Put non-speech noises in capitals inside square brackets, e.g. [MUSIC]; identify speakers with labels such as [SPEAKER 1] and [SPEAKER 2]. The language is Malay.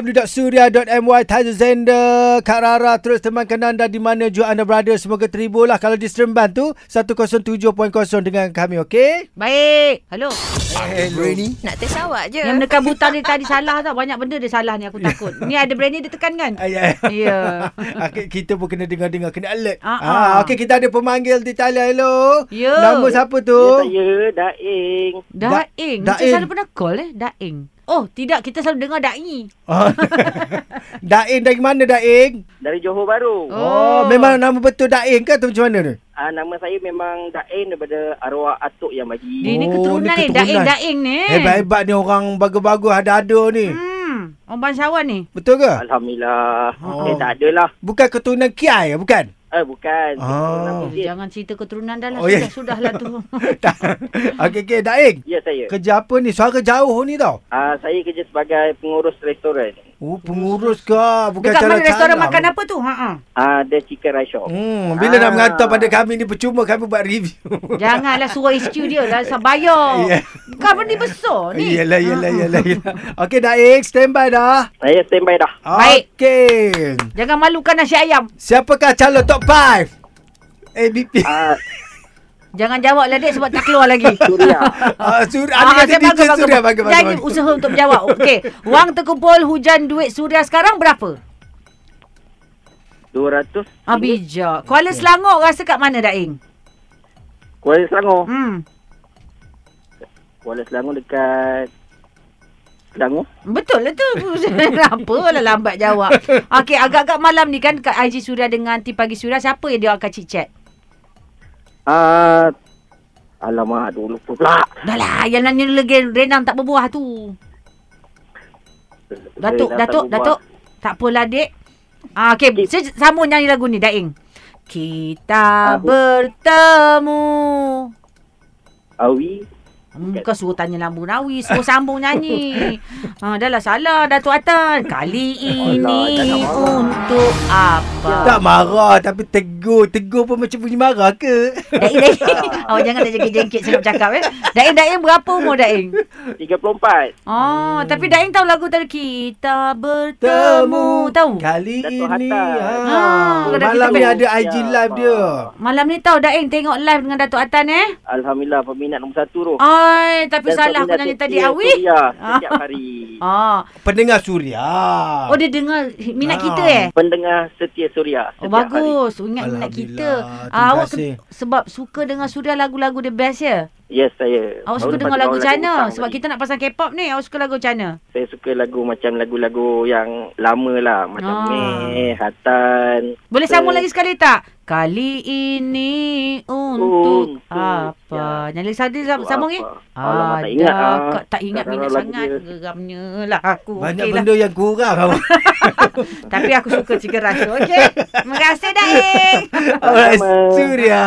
[SPEAKER 1] www.suria.my Tazu Zender Kak Rara terus temankan anda di mana juga anda berada semoga terhibur lah kalau di Seremban tu 107.0 dengan kami okey
[SPEAKER 2] Baik. Hello.
[SPEAKER 3] Hello ni
[SPEAKER 4] Nak test awak je.
[SPEAKER 2] Yang menekan buta ni tadi salah tau. Banyak benda dia salah ni aku takut. Ni ada brand ni dia tekan
[SPEAKER 1] [LAUGHS]
[SPEAKER 2] kan?
[SPEAKER 1] Ya.
[SPEAKER 2] Ya.
[SPEAKER 1] Ah, ki- kita pun kena dengar-dengar kena alert
[SPEAKER 2] Ah, ah.
[SPEAKER 1] ah, okey kita ada pemanggil di talian hello
[SPEAKER 2] Ya.
[SPEAKER 1] nama siapa tu
[SPEAKER 5] Ya, Daing.
[SPEAKER 1] Da-
[SPEAKER 2] Daing.
[SPEAKER 1] Daing.
[SPEAKER 2] Macam selalu pernah call eh. Daing. Oh tidak. Kita selalu dengar da'i.
[SPEAKER 1] [LAUGHS] Oh. Daing dari mana Daing
[SPEAKER 5] Dari Johor Bahru.
[SPEAKER 2] Oh.
[SPEAKER 5] Oh.
[SPEAKER 1] oh. memang nama betul Daing ke atau macam mana tu
[SPEAKER 5] Uh, nama saya memang Daing daripada arwah atuk yang
[SPEAKER 2] Dia
[SPEAKER 5] bagi.
[SPEAKER 2] ni
[SPEAKER 1] Oh,
[SPEAKER 2] keturunan
[SPEAKER 1] dia
[SPEAKER 2] ni.
[SPEAKER 1] keturunan. Eh,
[SPEAKER 2] Daing. Daing ni.
[SPEAKER 1] hebat-hebat ni orang bagus-bagus ada-ada ni
[SPEAKER 2] Eh. Hmm. Orang bangsawan ni.
[SPEAKER 1] betul ke
[SPEAKER 5] Alhamdulillah.
[SPEAKER 1] Ah. Oh.
[SPEAKER 5] Oh. Eh, tak adalah.
[SPEAKER 1] bukan keturunan Kiai ke bukan
[SPEAKER 5] Eh, bukan.
[SPEAKER 1] Oh.
[SPEAKER 2] Oh, jangan cerita keturunan dah lah.
[SPEAKER 1] Oh,
[SPEAKER 2] Oh,
[SPEAKER 1] ya.
[SPEAKER 2] yeah. Sudah, sudahlah tu.
[SPEAKER 1] Tak. Okey, okey, Daing.
[SPEAKER 5] Ya, saya.
[SPEAKER 1] Kerja apa ni? Suara jauh ni tau.
[SPEAKER 5] Uh, saya kerja sebagai pengurus restoran.
[SPEAKER 1] Oh, pengurus ke? [LAUGHS] Bukan
[SPEAKER 2] Dekat mana
[SPEAKER 1] calon-calon.
[SPEAKER 2] restoran makan apa tu? Ha -ha.
[SPEAKER 5] Ah, uh, The Chicken Rice Shop.
[SPEAKER 1] Hmm, bila ah. nak
[SPEAKER 5] Ah.
[SPEAKER 1] menghantar pada kami ni percuma kami buat review.
[SPEAKER 2] Janganlah suruh HQ dia lah. Saya bayar.
[SPEAKER 1] Ya.
[SPEAKER 2] Kau ni besar ni. Ha, Ah.
[SPEAKER 1] Yelah, yelah, yelah, yelah. Okey, Daing, stand by dah.
[SPEAKER 5] Saya standby
[SPEAKER 1] [LAUGHS]
[SPEAKER 5] dah.
[SPEAKER 2] Baik.
[SPEAKER 1] Okey.
[SPEAKER 2] Jangan malukan nasi ayam.
[SPEAKER 1] Siapakah calon top Eh, 5? ABP.
[SPEAKER 5] Ah, uh,
[SPEAKER 2] Jangan jawab lah dek sebab tak keluar lagi. [LAUGHS]
[SPEAKER 5] Suria.
[SPEAKER 1] Ah, sur- ada kata
[SPEAKER 2] saya
[SPEAKER 1] DJ
[SPEAKER 2] bagus,
[SPEAKER 1] Surya.
[SPEAKER 2] bagus.
[SPEAKER 1] Bagus, bagus,
[SPEAKER 2] Jangan
[SPEAKER 1] bagus.
[SPEAKER 2] usaha untuk menjawab.
[SPEAKER 1] [LAUGHS]
[SPEAKER 2] Okey. Wang terkumpul hujan duit suria sekarang berapa?
[SPEAKER 5] 200.
[SPEAKER 2] Ah, bijak. Kuala Selangor rasa kat mana Daing?
[SPEAKER 5] Kuala Selangor.
[SPEAKER 2] Hmm.
[SPEAKER 5] Kuala Selangor dekat... Selangor.
[SPEAKER 2] Betul lah tu. [LAUGHS] Apa lah lambat jawab. Okey, agak-agak malam ni kan kat IG Suria dengan Tim Pagi Suria, siapa yang dia akan chit-chat?
[SPEAKER 5] Ah, uh, alamak, aduh lupa pula.
[SPEAKER 2] Dah lah, yang nanya lagi Renang tak berbuah tu. Datuk,
[SPEAKER 5] Saya dah
[SPEAKER 2] Datuk,
[SPEAKER 5] tak lupa.
[SPEAKER 2] Datuk. Tak apalah, Dek. Ah, okay, saya j- sambung nyanyi lagu ni, Daing. Kita
[SPEAKER 5] Aku-
[SPEAKER 2] bertemu.
[SPEAKER 5] Awi.
[SPEAKER 2] Hmm, Bukan suruh tanya Lambu Nawi, suruh sambung
[SPEAKER 5] [LAUGHS]
[SPEAKER 2] nyanyi. ha, dah lah salah, Datuk Atan. Kali
[SPEAKER 5] Allah,
[SPEAKER 2] ini
[SPEAKER 5] jangan marah.
[SPEAKER 2] untuk apa?
[SPEAKER 1] Tak marah tapi tegur. Tegur pun macam bunyi marah ke?
[SPEAKER 2] Daing, Daing. [LAUGHS] Awak jangan dah jengkit-jengkit sebab cakap eh. Daing, Daing berapa umur Daing?
[SPEAKER 5] 34.
[SPEAKER 2] Oh, tapi Daing tahu lagu tadi. Kita bertemu. Tahu?
[SPEAKER 1] Kali
[SPEAKER 5] Datuk
[SPEAKER 1] ini
[SPEAKER 5] Hatta.
[SPEAKER 1] ha,
[SPEAKER 2] Ah,
[SPEAKER 1] Malam
[SPEAKER 2] Datuk
[SPEAKER 1] ni
[SPEAKER 2] Hatta.
[SPEAKER 1] ada IG live dia
[SPEAKER 2] Malam ni tahu Daing tengok live dengan Datuk Atan eh.
[SPEAKER 5] Alhamdulillah peminat nombor satu tu.
[SPEAKER 2] Ai, tapi
[SPEAKER 5] Dan
[SPEAKER 2] salah aku
[SPEAKER 5] peminat
[SPEAKER 2] nyanyi
[SPEAKER 5] setia
[SPEAKER 2] tadi Awi. [LAUGHS]
[SPEAKER 5] Suria setiap hari.
[SPEAKER 2] Ah.
[SPEAKER 1] Pendengar Suria
[SPEAKER 2] Oh, dia dengar minat
[SPEAKER 1] Ah.
[SPEAKER 2] kita eh.
[SPEAKER 5] Pendengar setia Suria
[SPEAKER 2] Oh,
[SPEAKER 5] setiap hari.
[SPEAKER 2] bagus. Hari. Ingat minat kita.
[SPEAKER 1] Alhamdulillah, terima
[SPEAKER 2] Ah, awak
[SPEAKER 1] kasih.
[SPEAKER 2] ke, sebab suka dengar Suria lagu-lagu dia best ya.
[SPEAKER 5] Yes,
[SPEAKER 2] Awak
[SPEAKER 5] saya. Baru
[SPEAKER 2] suka dengar
[SPEAKER 5] lepas tu
[SPEAKER 2] lagu
[SPEAKER 5] baru
[SPEAKER 2] macam mana?
[SPEAKER 5] hutang
[SPEAKER 2] Sebab
[SPEAKER 5] tadi.
[SPEAKER 2] kita nak pasang K-pop ni. Awak suka lagu macam mana?
[SPEAKER 5] Saya suka lagu macam lagu-lagu yang lama lah. Macam
[SPEAKER 2] Ah.
[SPEAKER 5] ah. Meh, Hatan.
[SPEAKER 2] Boleh
[SPEAKER 5] Betul.
[SPEAKER 2] sambung lagi sekali tak? Kali ini untuk,
[SPEAKER 5] Untuk ya.
[SPEAKER 2] apa? Nyanyi tadi sam-
[SPEAKER 5] Untuk
[SPEAKER 2] sambung ni.
[SPEAKER 5] apa? Alamak, tak ingat
[SPEAKER 2] Ada
[SPEAKER 5] lah.
[SPEAKER 2] kak tak ingat
[SPEAKER 5] Tak
[SPEAKER 2] minat
[SPEAKER 5] tahu lagu
[SPEAKER 2] sangat
[SPEAKER 5] dia.
[SPEAKER 2] geramnya lah aku.
[SPEAKER 1] Banyak
[SPEAKER 2] Okey lah.
[SPEAKER 1] benda yang kurang awak.
[SPEAKER 2] Tapi
[SPEAKER 1] [LAUGHS]
[SPEAKER 2] aku suka chicken rice. Okey. Terima kasih Daing.
[SPEAKER 1] Alright
[SPEAKER 5] Sama-sama.
[SPEAKER 1] Suria